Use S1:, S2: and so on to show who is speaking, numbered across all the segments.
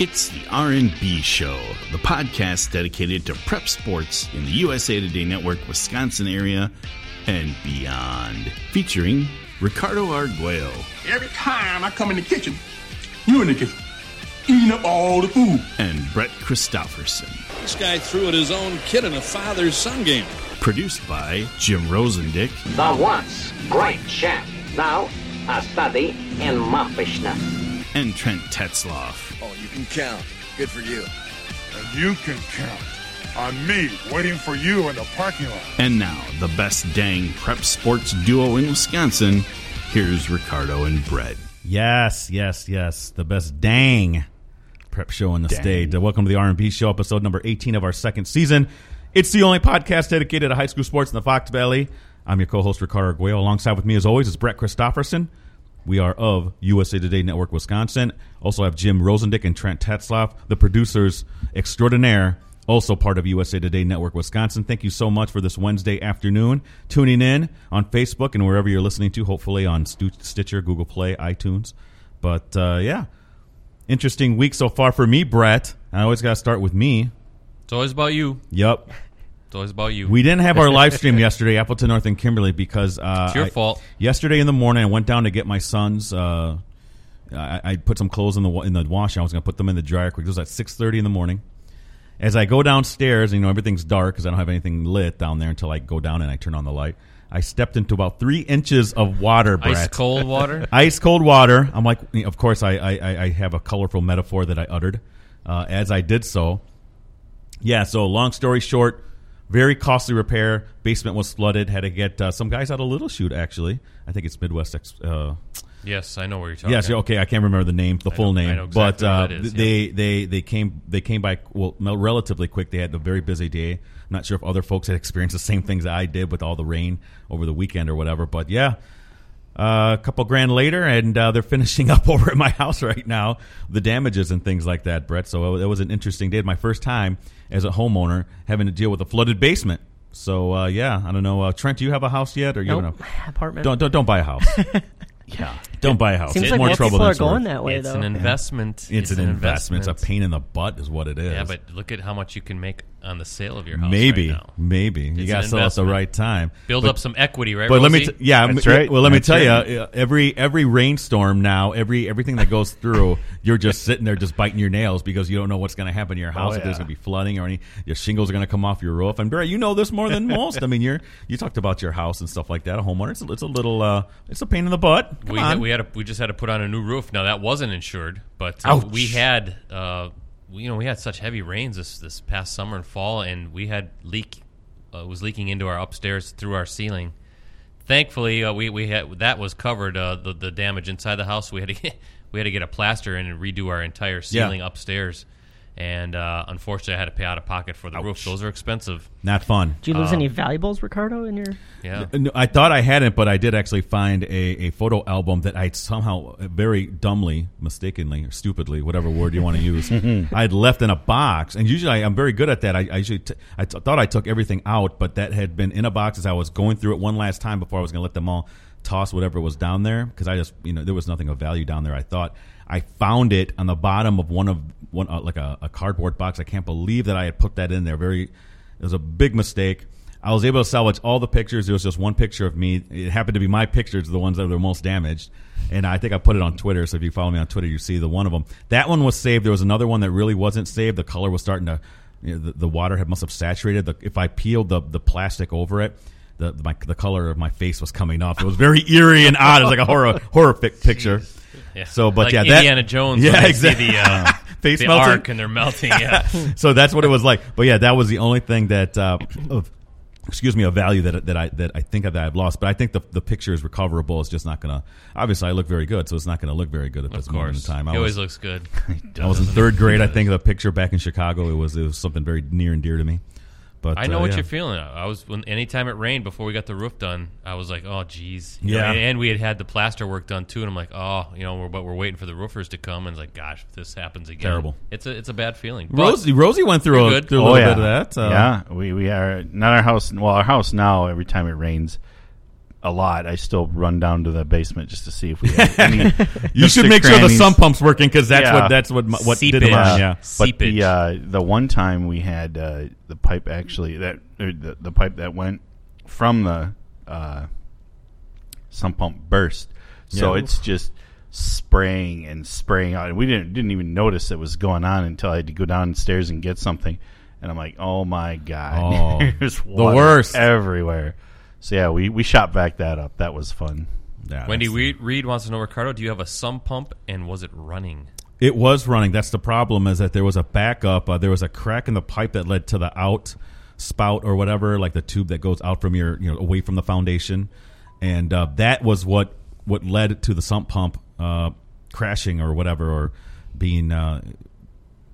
S1: It's the R&B Show, the podcast dedicated to prep sports in the USA Today Network, Wisconsin area, and beyond, featuring Ricardo Arguello,
S2: Every time I come in the kitchen, you in the kitchen, eating up all the food.
S1: and Brett Christopherson.
S3: This guy threw at his own kid in a father son game.
S1: Produced by Jim Rosendick
S4: The once great chef, now a study in muffishness.
S1: and Trent Tetzloff.
S5: Oh, you can count. Good for you.
S6: And you can count on me waiting for you in the parking lot.
S1: And now, the best dang prep sports duo in Wisconsin, here's Ricardo and Brett.
S7: Yes, yes, yes. The best dang prep show on the
S1: Dang.
S7: stage. Uh, Welcome to the R&B show, episode number 18 of our second season. It's the only podcast dedicated to high school sports in the Fox Valley. I'm your co-host, Ricardo Arguello. Alongside with me, as always, is Brett Christopherson. We are of USA Today Network Wisconsin. Also have Jim Rosendick and Trent Tetzloff, the producers extraordinaire, also part of USA Today Network Wisconsin. Thank you so much for this Wednesday afternoon. Tuning in on Facebook and wherever you're listening to, hopefully on Stu- Stitcher, Google Play, iTunes. But uh, yeah, interesting week so far for me, Brett. I always got to start with me.
S8: It's always about you.
S7: Yep.
S8: It's always about you.
S7: We didn't have our live stream yesterday, Appleton North and Kimberly, because uh,
S8: It's your
S7: I-
S8: fault.
S7: Yesterday in the morning, I went down to get my sons. Uh, I, I put some clothes in the wa- in the wash. And I was going to put them in the dryer quick. It was at six thirty in the morning. As I go downstairs, you know everything's dark because I don't have anything lit down there until I go down and I turn on the light. I stepped into about three inches of water, Brett.
S8: Ice cold water.
S7: Ice cold water. I'm like, of course, I, I, I- I have a colorful metaphor that I uttered uh, as I did so. Yeah, so long story short, very costly repair. Basement was flooded. Had to get uh, some guys out of Little Shoot, actually. I think it's Midwest. Ex- uh,
S8: yes, I know where you're talking.
S7: Yes, okay. I can't remember the name, the full
S8: know- I
S7: name,
S8: know
S7: but
S8: exactly
S7: uh,
S8: what it is,
S7: they they they came they came by well mel- relatively quick. They had a very busy day. I'm not sure if other folks had experienced the same things that I did with all the rain over the weekend or whatever. But yeah, uh, a couple grand later, and uh, they're finishing up over at my house right now the damages and things like that, Brett. So it was an interesting day. My first time as a homeowner having to deal with a flooded basement. So uh, yeah, I don't know, uh, Trent. Do you have a house yet, or you
S9: Nope.
S7: have
S9: Apartment.
S7: Don't don't don't buy a house. yeah, don't buy a house.
S9: Seems
S7: it's
S9: like
S7: more
S9: more
S7: trouble
S9: people
S7: than
S9: are
S7: it's worth.
S9: going that way
S8: It's
S9: though.
S8: an investment.
S7: It's, an, investment. It's a pain in the butt, is what it is.
S8: Yeah, but look at how much you can make on the sale of your house.
S7: maybe,
S8: right now.
S7: maybe you
S8: It's
S7: got to
S8: an
S7: sell at the
S8: investment.
S7: right time.
S8: build
S7: but,
S8: up some equity, right?
S7: But let me,
S8: Rosie?
S7: t- yeah,
S6: That's
S7: m-
S6: right.
S7: Well, let me
S6: That's
S7: tell
S6: right.
S7: you, every every rainstorm now, every everything that goes through, you're just sitting there, just biting your nails because you don't know what's going to happen to your house.
S6: Oh,
S7: if there's
S6: yeah.
S7: going to be flooding or any, your shingles are going to come off your roof. And Barry, you know this more than most. I mean, you're you talked about your house and stuff like that, a homeowner. It's a, it's a little, uh, it's a pain in the butt. Come
S8: we
S7: on.
S8: had, we had a, we just had to put on a new roof. Now that wasn't insured, but uh,
S7: Ouch.
S8: we had uh, we, you know we had such heavy rains this this past summer and fall, and we had leak uh, it was leaking into our upstairs through our ceiling. Thankfully, uh, we we had that was covered uh, the the damage inside the house. We had to get, we had to get a plaster in and redo our entire ceiling upstairs, and uh, unfortunately, I had to pay out of pocket for the roof. Those are expensive.
S7: Not fun.
S9: Did you lose any valuables, Ricardo? In your
S8: Yeah,
S7: No, I thought I hadn't, but I did actually find a, a photo album that I somehow very dumbly, mistakenly, or stupidly, whatever word you want to use, I had left in a box. And usually I, am very good at that. I, I usually t- I t- thought I took everything out, but that had been in a box as I was going through it one last time before I was going to let them all toss whatever was down there because I just you know there was nothing of value down there. I thought I found it on the bottom of one of one uh, like a, a cardboard box. I can't believe that I had put that in there. Very, it was a big mistake. I was able to salvage all the pictures. There was just one picture of me. It happened to be my pictures, the ones that were most damaged. And I think I put it on Twitter. So if you follow me on Twitter, you see the one of them. That one was saved. There was another one that really wasn't saved. The color was starting to, you know, the, the water had must have saturated. The, if I peeled the, the plastic over it, the, the, my, the color of my face was coming off. It was very eerie and odd. It was like a horror horror fic picture.
S8: yeah.
S7: So, but
S8: like
S7: yeah, that-
S8: Indiana Jones.
S7: Yeah,
S8: when they
S7: exactly.
S8: See the, uh,
S7: Face
S8: the
S7: melting.
S8: arc and they're melting. Yeah.
S7: so that's what it was like. But yeah, that was the only thing that uh, of excuse me a value that that I that I think that I've lost. But I think the the picture is recoverable. It's just not gonna. Obviously, I look very good, so it's not gonna look very good at this moment in time.
S8: He
S7: I was,
S8: always looks good.
S7: I was in third grade. I think of the picture back in Chicago. It was it was something very near and dear to me. But
S8: I know
S7: uh,
S8: what
S7: yeah.
S8: you're feeling. I was when anytime it rained before we got the roof done, I was like, oh geez, You know,
S7: Yeah.
S8: and, and we had had the plaster work done too, and I'm like, oh, you know, we're, but we're waiting for the roofers to come, and it's like, gosh, if this happens again,
S7: Terrible.
S8: It's a it's a bad feeling. But
S7: Rosie Rosie went through
S8: You're
S7: a,
S8: good.
S7: through a
S8: Oh,
S7: little bit of that. Uh,
S10: yeah, we we are not our house. Well, our house now. Every time it rains, a lot, I still run down to the basement just to see if we. Have any
S7: You should
S10: nooks or
S7: make sure the
S10: crannies.
S7: sump pump's working because that's
S10: Yeah.
S7: what that's what my- what did
S8: Seepage.
S7: mine. Yeah,
S10: But
S8: Seepage.
S10: the uh, the one time we had uh, the pipe actually that or the, the pipe that went from the uh, sump pump burst, so
S7: Yeah.
S10: it's just spraying and spraying out. And we didn't didn't even notice it was going on until I had to go downstairs and get something. And I'm like, oh my god,
S7: Oh,
S10: there's
S7: the
S10: water
S7: worst.
S10: everywhere. So yeah, we we shot back that up. That was fun.
S7: Yeah,
S8: Wendy
S7: that's-
S8: Reed, Reed wants to know, Ricardo, do you have a sump pump and was it running?
S7: It was running. That's the problem is that there was a backup. Uh, there was a crack in the pipe that led to the out spout or whatever, like the tube that goes out from your, you know, away from the foundation. And uh, that was what, what led to the sump pump uh, crashing or whatever or being uh,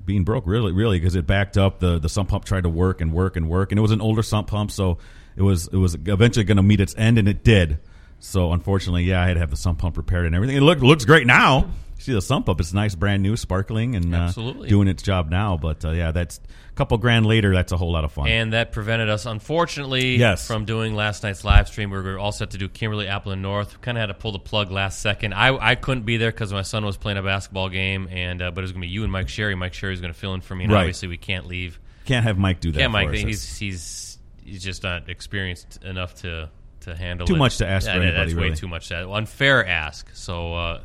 S7: being broke really really because it backed up the the sump pump tried to work and work and work and it was an older sump pump so it was it was eventually going to meet its end and it did so unfortunately yeah i had to have the sump pump repaired and everything it look, looks great now see the sump pump it's nice brand new sparkling and uh,
S8: Absolutely.
S7: doing its job now but uh, yeah that's a couple grand later that's a whole lot of fun
S8: And that prevented us, unfortunately,
S7: Yes.
S8: from doing last night's live stream. We were all set to do Kimberly Apple and North. Kind of had to pull the plug last second. I, I couldn't be there because my son was playing a basketball game, and uh, but it was going to be you and Mike Sherry. Mike Sherry's going to fill in for me, and
S7: Right.
S8: obviously we can't leave.
S7: can't have mike do that
S8: Yeah,
S7: for
S8: Mike,
S7: us. It's
S8: he's he's he's just not experienced enough to to handle
S7: Too
S8: it.
S7: much to ask for
S8: Yeah,
S7: anybody,
S8: That's
S7: really.
S8: way too much. To ask. Unfair ask. So uh,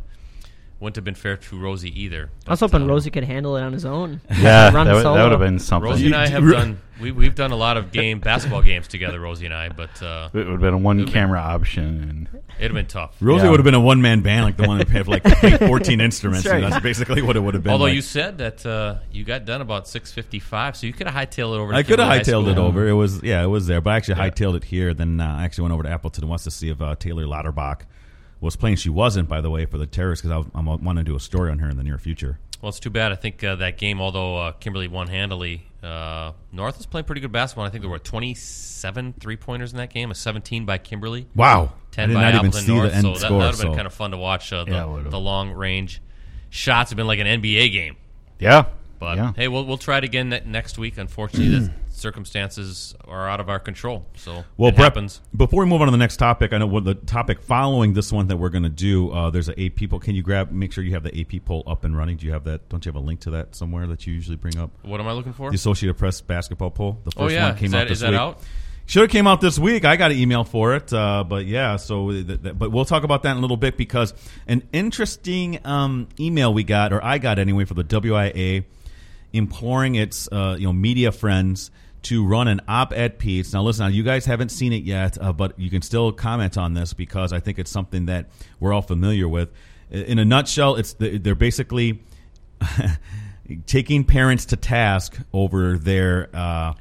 S8: wouldn't have been fair to Rosie either.
S9: I was hoping Rosie could handle it on his own.
S10: Yeah,
S9: Run
S10: that, would- that
S9: solo.
S10: would have been something.
S8: Rosie and I have
S7: Re-
S8: done we we've done a lot of game basketball games together, Rosie and I, but uh,
S10: it would have been a one camera option. And
S8: it'd have been tough.
S7: Rosie
S10: Yeah.
S7: would have been a one man band like the one that had like fourteen instruments.
S9: That's
S7: and
S9: right.
S7: that's basically what it would have been.
S8: Although
S7: like.
S8: you said that uh, you got done about six fifty five, so you could have hightailed it over. To
S7: I could have
S8: Kimberly High
S7: hightailed it
S8: School.
S7: over. It was yeah, it was there, but I actually hightailed it here. Then uh, I actually went over to Appleton wants to see if uh, Taylor Lauterbach was playing. She wasn't, by the way, for the terrorists because I'm want to do a story on her in the near future.
S8: Well, it's too bad. I think uh, that game, although uh, Kimberly won handily, uh, North was playing pretty good basketball. I think there were 27 three pointers in that game, a 17 by Kimberly,
S7: Wow,
S8: 10
S7: I did
S8: by
S7: not
S8: Appleton
S7: even see
S8: North.
S7: the end
S8: so that,
S7: score.
S8: would have been
S7: so
S8: kind of fun to watch. Uh, the,
S10: Yeah, it would've.
S8: the long range shots have been like an NBA game.
S10: yeah,
S8: But
S10: yeah.
S8: hey, we'll, we'll try it again ne- next week. Unfortunately, the circumstances are out of our control. So
S7: well,
S8: it
S7: Brett,
S8: happens.
S7: before we move on to the next topic, I know what the topic following this one that we're going to do. Uh, there's an AP poll. Can you grab? Make sure you have the AP poll up and running. Do you have that? Don't you have a link to that somewhere that you usually bring up?
S8: What am I looking for?
S7: The Associated Press basketball poll. The first
S8: Oh, yeah.
S7: one came
S8: Is
S7: out
S8: that,
S7: this
S8: is that
S7: week.
S8: out?
S7: Should have came out this week. I got an email for it, uh, but yeah. So, th- th- but we'll talk about that in a little bit because an interesting um, email we got, or I got anyway, for the WIA, imploring its uh, you know media friends to run an op-ed piece. Now, listen, now you guys haven't seen it yet, uh, but you can still comment on this because I think it's something that we're all familiar with. I- In a nutshell, it's the, they're basically taking parents to task over their uh,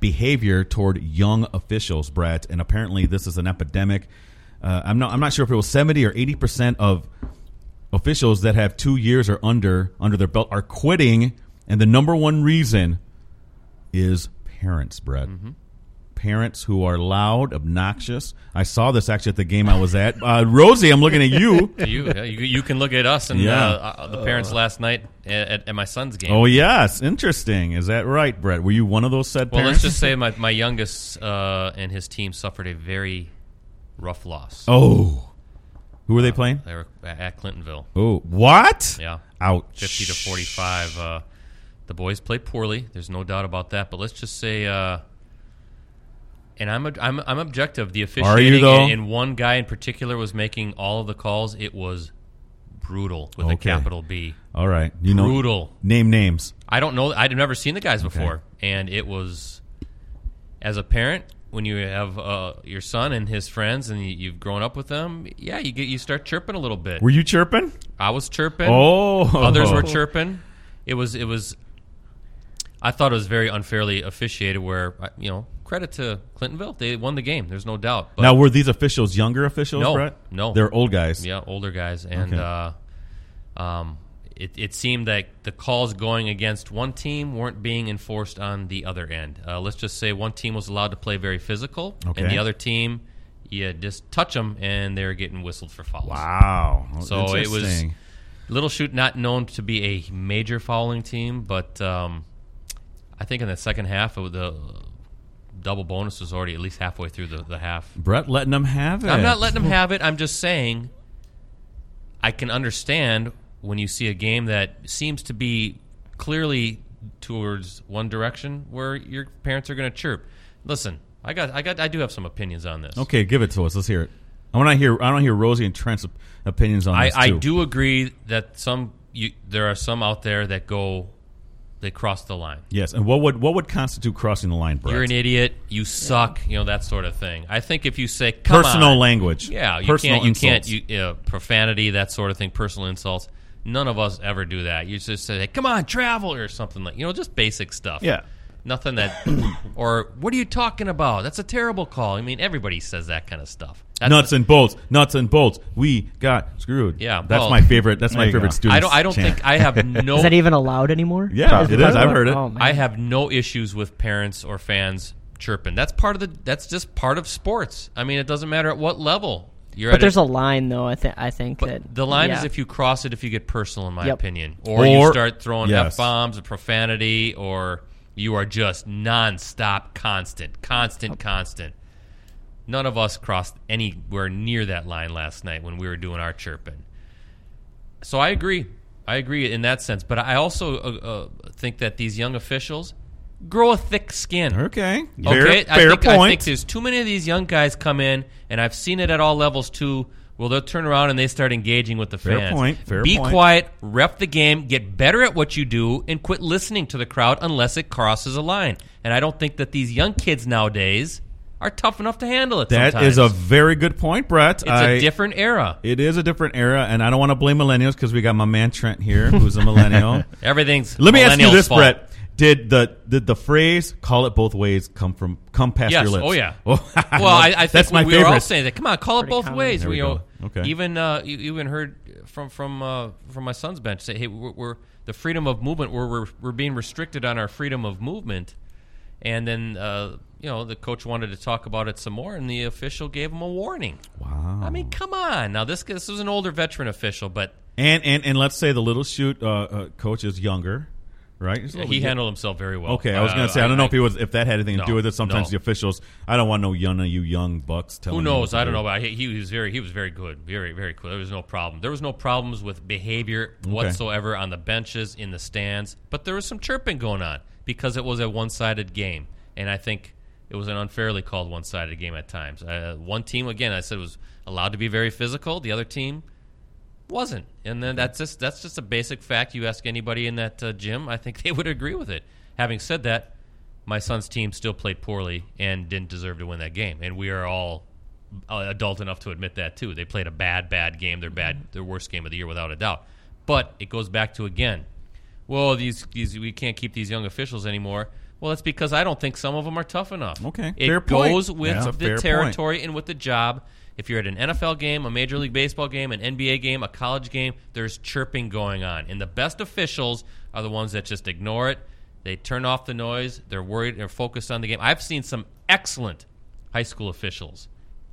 S7: behavior toward young officials, Brett. And apparently, this is an epidemic. Uh, I'm not. I'm not sure if it was 70 or 80 percent of officials that have two years or under under their belt are quitting, and the number one reason is parents, Brett.
S8: Mm-hmm.
S7: Parents who are loud, obnoxious. I saw this actually at the game I was at. Uh, Rosie, I'm looking at you.
S8: you, yeah, you you can look at us and
S7: Yeah.
S8: uh, the parents last night at, at, at my son's game.
S7: Oh yes, interesting. Is that right, Brett? Were you one of those said
S8: well,
S7: parents?
S8: let's just say my my youngest uh, and his team suffered a very rough loss.
S7: Oh. Who were they playing?
S8: They were a- at Clintonville.
S7: Oh, what?
S8: Yeah,
S7: Ouch.
S8: fifty to forty five. Uh, the boys played poorly. There's no doubt about that. But let's just say. Uh, and I'm, ob- I'm I'm objective. The officiating
S7: though?
S8: and, and one guy in particular was making all of the calls. It was brutal with a
S7: Okay.
S8: capital B.
S7: All right. You know
S8: Brutal.
S7: name names.
S8: I don't know. I'd never seen the guys before, and it was as a parent when you have uh, your son and his friends, and you, you've grown up with them. Yeah, you get you start chirping a little bit.
S7: Were you chirping?
S8: I was chirping.
S7: Oh.
S8: others were chirping. It was it was. I thought it was very unfairly officiated. Where I- you know, credit to Clintonville, they won the game. There's no doubt. But
S7: Now were these officials younger officials,
S8: No,
S7: Brett?
S8: no.
S7: They're old guys.
S8: Yeah, older guys, and
S7: Okay.
S8: uh, um, it, it seemed like the calls going against one team weren't being enforced on the other end. Uh, let's just say one team was allowed to play very physical,
S7: Okay.
S8: and the other team, you just touch them, and they're getting whistled for fouls.
S7: Wow.
S8: So it was-
S7: Interesting.
S8: Little Shoot, not known to be a major fouling team, but um, I think in the second half of the double bonus was already at least halfway through the, the half.
S7: Brett letting them have it.
S8: I'm not letting them have it. I'm just saying I can understand when you see a game that seems to be clearly towards one direction where your parents are going to chirp. Listen, I got I got I do have some opinions on this.
S7: Okay, give it to us. Let's hear it. I want to hear. I want to hear Rosie and Trent's op- opinions on
S8: I,
S7: this
S8: I
S7: too.
S8: do agree that some you, there are some out there that go they cross the line.
S7: Yes, and what would what would constitute crossing the line, Brett?
S8: You're an idiot. You suck. You know that sort of thing. I think if you say Come
S7: Personal
S8: on,"
S7: language.
S8: yeah, you
S7: Personal
S8: can't, you
S7: insults.
S8: can't, you uh, profanity, that sort of thing, personal insults. None of us ever do that. You just say, "Come on, travel" or something like you know, just basic stuff.
S10: Yeah.
S8: nothing that. or what are you talking about? That's a terrible call. I mean, everybody says that kind of stuff. That's
S7: nuts and bolts, nuts and bolts. We got screwed.
S8: Yeah,
S7: that's
S8: well-
S7: my favorite. That's my
S10: There you
S7: favorite
S10: go.
S7: student.
S8: I don't. I don't think I have no.
S9: Is that even allowed anymore?
S7: Yeah, it is. I've heard it.
S9: Oh, man.
S8: I have no issues with parents or fans chirping. That's part of the. That's just part of sports. I mean, it doesn't matter at what level you're
S9: but
S8: at.
S9: there's a line though. I think. I think
S8: but
S9: that
S8: the line is
S9: yeah.
S8: if you cross it, if you get personal, in my
S9: Yep.
S8: opinion, or, you
S7: Or-
S8: start throwing
S7: yes.
S8: f bombs, or profanity, or you are just nonstop, constant, constant, constant. None of us crossed anywhere near that line last night when we were doing our chirping. So I agree. I agree in that sense, but I also uh, uh, think that these young officials grow a thick skin.
S7: Okay,
S8: Okay,
S7: fair,
S8: I,
S7: fair
S8: think,
S7: point.
S8: I think there's too many of these young guys come in, and I've seen it at all levels too. Well, they'll turn around and they start engaging with the
S7: Fair
S8: fans.
S7: point, fair
S8: Be
S7: point.
S8: quiet, rep the game, get better at what you do, and quit listening to the crowd unless it crosses a line. And I don't think that these young kids nowadays are tough enough to handle it.
S7: That
S8: sometimes.
S7: is a very good point, Brett.
S8: it's a different era.
S7: It is a different era, and I don't want to blame millennials because we got my man Trent here, who's a millennial.
S8: Everything's
S7: Let me ask you
S8: millennials'
S7: this,
S8: fault.
S7: Brett. Did the did the phrase "call it both ways" come from come past
S8: Yes.
S7: your lips?
S8: Oh yeah.
S7: Oh, I
S8: well,
S7: love-
S8: I, I think
S7: that's
S8: we,
S7: my
S8: we
S7: favorite.
S8: were all saying that. Come on, call it both
S9: common.
S8: ways.
S7: There we
S8: you know,
S7: go. Okay.
S8: Even uh, you you even heard from from uh, from my son's bench say, "Hey, we're, we're the freedom of movement. We're, we're we're being restricted on our freedom of movement." And then uh, you know the coach wanted to talk about it some more, and the official gave him a warning.
S7: Wow.
S8: I mean, come on. Now this this was an older veteran official, but
S7: and and and let's say the little shoot uh, uh, coach is younger, right? He's a little
S8: he
S7: bit-
S8: handled himself very well.
S7: Okay, I was
S8: Uh,
S7: gonna say I don't know if he was if that had anything
S8: No,
S7: to do with it. Sometimes
S8: no.
S7: the officials, I don't want no young you young bucks telling.
S8: Who
S7: me what
S8: knows?
S7: to
S8: I don't
S7: do.
S8: know. But he, he was very he was very good, very very cool. There was no problem. There was no problems with behavior whatsoever on the benches in the stands. But there was some chirping going on because it was a one sided game, and I think it was an unfairly called one sided game at times. Uh, one team again, I said was allowed to be very physical. The other team wasn't, and then that's just that's just a basic fact. You ask anybody in that uh, gym, I think they would agree with it. Having said that, my son's team still played poorly and didn't deserve to win that game, and we are all uh, adult enough to admit that too. They played a bad, bad game. Their
S7: Mm-hmm.
S8: bad, their worst game of the year without a doubt. But it goes back to again, well, these these we can't keep these young officials anymore. Well, that's because I don't think some of them are tough enough.
S7: Okay,
S8: it
S7: fair point.
S8: goes with
S7: That's a fair
S8: the
S7: point.
S8: territory territory and with the job. If you're at an NFL game, a Major League Baseball game, an NBA game, a college game, there's chirping going on. And the best officials are the ones that just ignore it. They turn off the noise. They're worried. They're focused on the game. I've seen some excellent high school officials.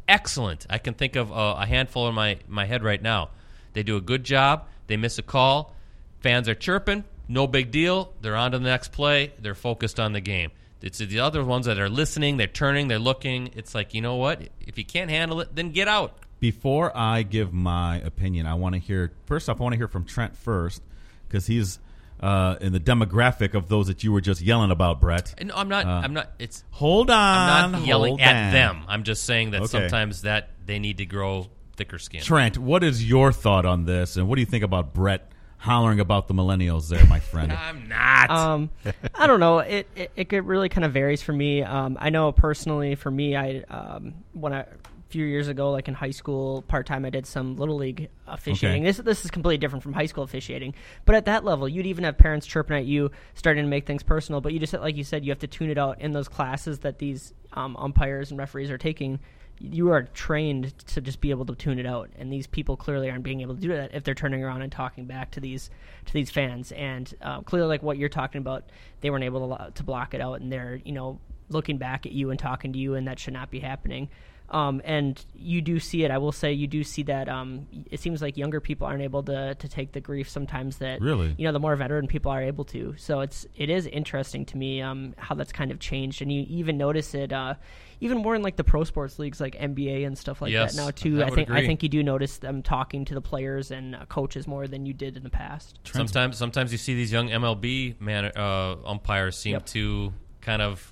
S8: Excellent. I can think of uh, a handful in my, my head right now. They do a good job. They miss a call. Fans are chirping. No big deal. They're on to the next play. They're focused on the game. It's the other ones that are listening. They're turning. They're looking. It's like you know what? If you can't handle it, then get out.
S7: Before I give my opinion, I want to hear first off. I want to hear from Trent first because he's uh, in the demographic of those that you were just yelling about, Brett.
S8: And I'm not. I'm not. It's.
S7: Hold on,
S8: I'm not yelling
S7: Uh. hold
S8: at
S7: on.
S8: them. I'm just saying that
S7: Okay.
S8: sometimes that they need to grow thicker skin.
S7: Trent, what is your thought on this, and what do you think about Brett hollering about the millennials there, my friend?
S8: I'm not.
S9: um, I don't know. It, it it could really kind of varies for me. Um, I know personally for me, I um, when I a few years ago, like in high school, part time, I did some little league officiating.
S7: Okay.
S9: This this is completely different from high school officiating. But at that level, you'd even have parents chirping at you, starting to make things personal. But you just like you said, you have to tune it out in those classes that these um, umpires and referees are taking. You are trained to just be able to tune it out, and these people clearly aren't being able to do that if they're turning around and talking back to these to these fans. And uh, clearly, like what you're talking about, they weren't able to, lo- to block it out, and they're you know looking back at you and talking to you, and that should not be happening. Um, and you do see it. I will say you do see that. Um, it seems like younger people aren't able to, to take the grief sometimes that
S7: Really?
S9: you know the more veteran people are able to. So it's it is interesting to me um, how that's kind of changed, and you even notice it uh, even more in like the pro sports leagues like NBA and stuff like
S8: Yes,
S9: that now too. I
S8: I would
S9: think I
S8: agree.
S9: think you do notice them talking to the players and uh, coaches more than you did in the past.
S8: Sometimes, sometimes you see these young MLB man uh, umpires seem
S9: Yep.
S8: to kind of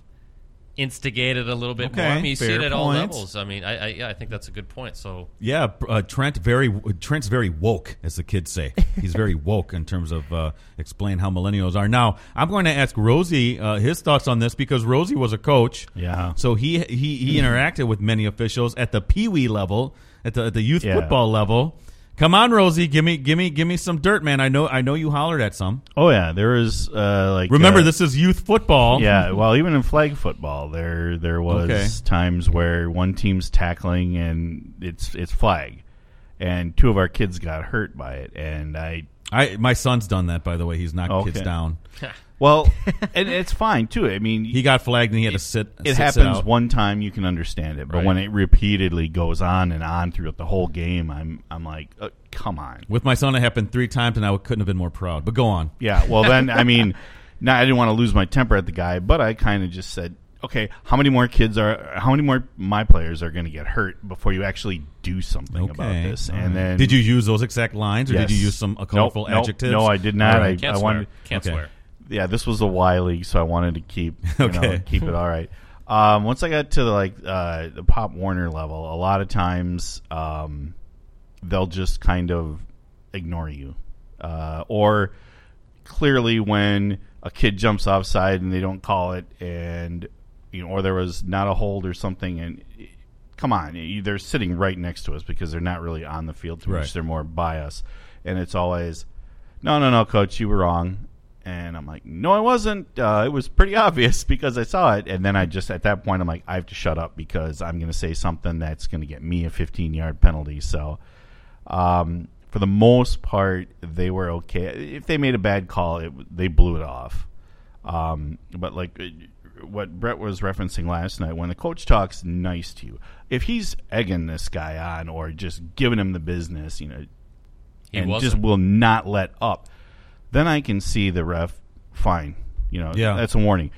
S8: instigate it a little bit
S7: Okay,
S8: more. I mean, you see
S7: fair
S8: it at all
S7: point.
S8: levels. I mean, I, I, yeah, I think that's a good point. So
S7: Yeah, uh, Trent very Trent's very woke, as the kids say. He's very woke in terms of uh, explain how millennials are. Now, I'm going to ask Rosie uh, his thoughts on this because Rosie was a coach.
S10: Yeah. Mm.
S7: So he he, he interacted with many officials at the pee wee level, at the at the youth
S10: Yeah.
S7: football level. Come on, Rosie, give me give me give me some dirt, man. I know I know you hollered at some.
S10: Oh yeah, there was uh, like
S7: Remember,
S10: uh,
S7: this is youth football.
S10: Yeah, well, even in flag football, there there was
S7: Okay.
S10: times where one team's tackling and it's it's flag, and two of our kids got hurt by it, and I
S7: I my son's done that by the way. He's knocked kids
S10: Okay.
S7: down.
S10: well, and it's fine too. I mean,
S7: He got flagged and he had to sit. sit-
S10: it
S7: sit
S10: happens
S7: out.
S10: one time, you can understand it, but
S7: Right.
S10: when it repeatedly goes on and on throughout the whole game, I'm I'm like, uh, come on.
S7: With my son, it happened three times, and I couldn't have been more proud. But go on.
S10: Yeah. Well, then I mean, now I didn't want to lose my temper at the guy, but I kind of just said, "Okay, how many more kids are? How many more my players are going to get hurt before you actually do something about
S7: Okay.
S10: this?"
S7: All
S10: And
S7: right.
S10: then
S7: did you use those exact lines, or
S10: Yes.
S7: did you use some uh,
S10: Nope,
S7: colorful
S10: nope,
S7: adjectives?
S10: no, I did not.
S7: All right.
S10: I
S8: can't swear.
S10: wanted-
S8: can't
S7: Okay.
S8: swear.
S10: yeah, this was a Y league, so I wanted to keep you
S7: Okay.
S10: know, keep it all right. Um, once I got to the, like uh, the Pop Warner level, a lot of times um, they'll just kind of ignore you, uh, or clearly when a kid jumps offside and they don't call it, and you know, or there was not a hold or something, and come on, you- they're sitting right next to us because they're not really on the field too
S7: Right.
S10: much; they're more by us, and it's always no, no, no, coach, you were wrong. And I'm like, no, I wasn't. Uh, it was pretty obvious because I saw it. And then I just, at that point, I'm like, I have to shut up because I'm going to say something that's going to get me a 15 yard penalty. So, um, for the most part, they were okay. If they made a bad call, it, they blew it off. Um, but like uh, what Brett was referencing last night, when the coach talks nice to you, if he's egging this guy on or just giving him the business, you know,
S8: He
S10: and
S8: wasn't.
S10: just will not let up, then I can see the ref. Fine, you know,
S7: Yeah.
S10: that's a warning.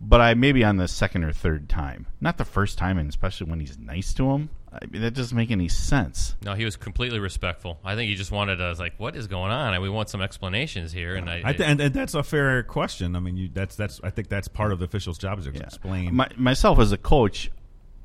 S10: But I maybe on the second or third time, not the first time, and especially when he's nice to him. I mean, that doesn't make any sense.
S8: No, he was completely respectful. I think he just wanted us like, what is going on? And we want some explanations here. And I,
S7: I th- and, and that's a fair question. I mean, you, that's that's. I think that's part of the official's job is to explain.
S10: My, myself as a coach,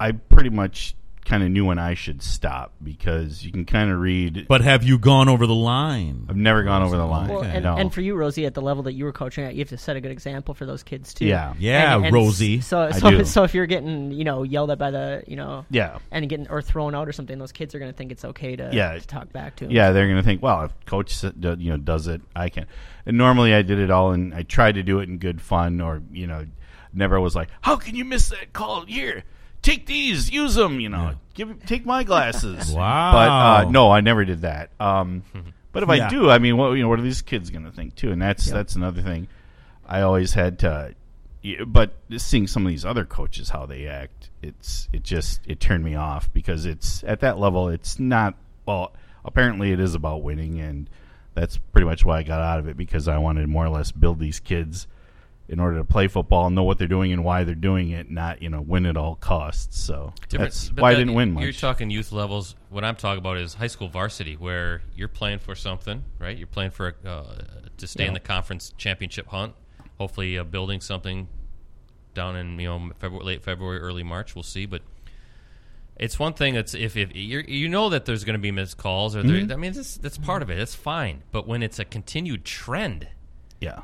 S10: I pretty much kind of knew when I should stop because you can kind of read.
S7: but have you gone over the line?
S10: I've never gone over the line.
S9: Well, and,
S10: no.
S9: and for you, Rosie, at the level that you were coaching at, you have to set a good example for those kids too.
S10: Yeah.
S7: Yeah,
S9: And- and
S7: Rosie.
S9: s- So,
S10: I
S9: so,
S10: do.
S9: so if you're getting, you know, yelled at by the, you know,
S10: yeah,
S9: and getting or thrown out or something, those kids are going to think it's okay to,
S10: Yeah.
S9: to talk back to. 'em.
S10: yeah, they're gonna think, well, if coach s- do- you know does it, I can. And normally I did it all, and I tried to do it in good fun, or you know, never was like, how can you miss that call here? Take these, use them. You know, give take my glasses.
S7: Wow.
S10: But uh, no, I never did that. Um,
S8: Mm-hmm.
S10: but if
S7: Yeah.
S10: I do, I mean, what you know, what are these kids gonna think too? And that's that's another thing. I always had to. yeah, But seeing some of these other coaches how they act, it's it just it turned me off because it's at that level it's not well. Apparently, it is about winning, and that's pretty much why I got out of it because I wanted to more or less build these kids in order to play football and know what they're doing and why they're doing it, not you know win at all costs. So
S8: Different-
S10: that's
S8: but
S10: why I
S8: that-
S10: didn't win much.
S8: You're talking youth levels. What I'm talking about is high school varsity, where you're playing for something, right? You're playing for uh, to stay in the conference championship hunt. Hopefully, uh, building something down in you know February, late February, early March. We'll see, but. It's one thing that's if, if you're, you know that there's going to be missed calls or there,
S10: Mm-hmm.
S8: I mean that's that's part of it. That's fine, but when it's a continued trend,
S10: yeah,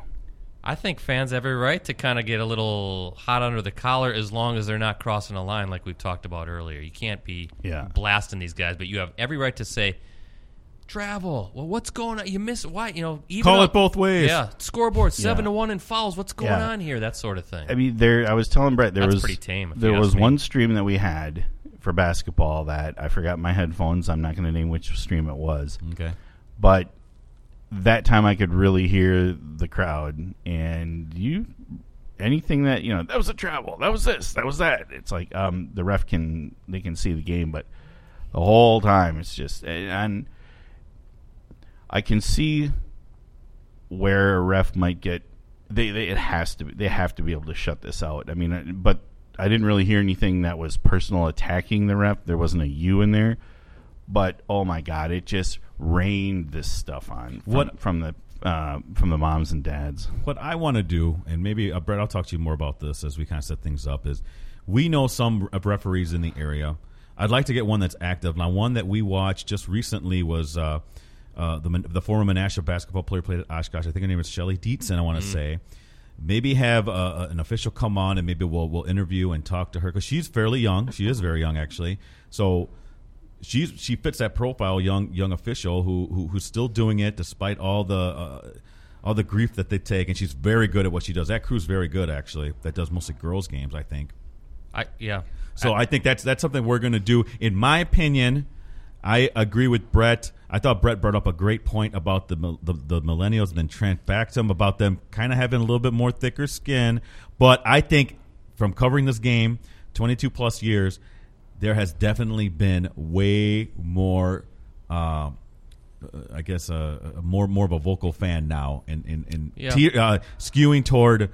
S8: I think fans have every right to kind of get a little hot under the collar as long as they're not crossing a line like we've talked about earlier. You can't be
S10: Yeah.
S8: blasting these guys, but you have every right to say, "Travel." Well, what's going on? You miss why? You know, even
S7: Call
S8: up-
S7: it both ways.
S8: Yeah, scoreboard seven
S10: Yeah.
S8: to one in fouls. What's going
S10: Yeah.
S8: on here? That sort of thing.
S10: I mean, there. I was telling Brett there
S8: That's
S10: was
S8: pretty tame, if
S10: There
S8: you ask
S10: was
S8: me.
S10: one stream that we had for basketball that I forgot my headphones. I'm not going to name which stream it was,
S7: Okay.
S10: but that time I could really hear the crowd, and you anything that you know that was a travel, that was this, that was that. It's like um, the ref can they can see the game, but the whole time it's just and I can see where a ref might get they, they it has to be, they have to be able to shut this out. I mean, I- but I didn't really hear anything that was personal attacking the ref. There wasn't a U in there, but oh my god, it just rained this stuff on from,
S7: What-
S10: from the uh, from the moms and dads.
S7: what I want to do, and maybe uh, Brett, I'll talk to you more about this as we kind of set things up. Is we know some r- referees in the area. I'd like to get one that's active. Now, one that we watched just recently was uh, uh, the Mon- the former Menasha basketball player played at Oshkosh. I think her name is Shelly Dietzen. I want to say. Maybe have uh, uh, an official come on and maybe we'll we'll interview and talk to her because she's fairly young. She is very young actually. So she's she fits that profile young young official who, who who's still doing it despite all the uh, all the grief that they take and she's very good at what she does that crew's very good actually that does mostly girls games i think
S8: I yeah.
S7: so I think that's that's something we're going to do. In my opinion, I agree with Brett. I thought Brett brought up a great point about the mil- the, the millennials and then Trent backed him about them kind of having a little bit more thicker skin. But I think from covering this game, twenty two plus years, there has definitely been way more. Um, uh, I guess uh, uh, more more of a vocal fan now, and and, and
S8: Yeah.
S7: te- uh, skewing toward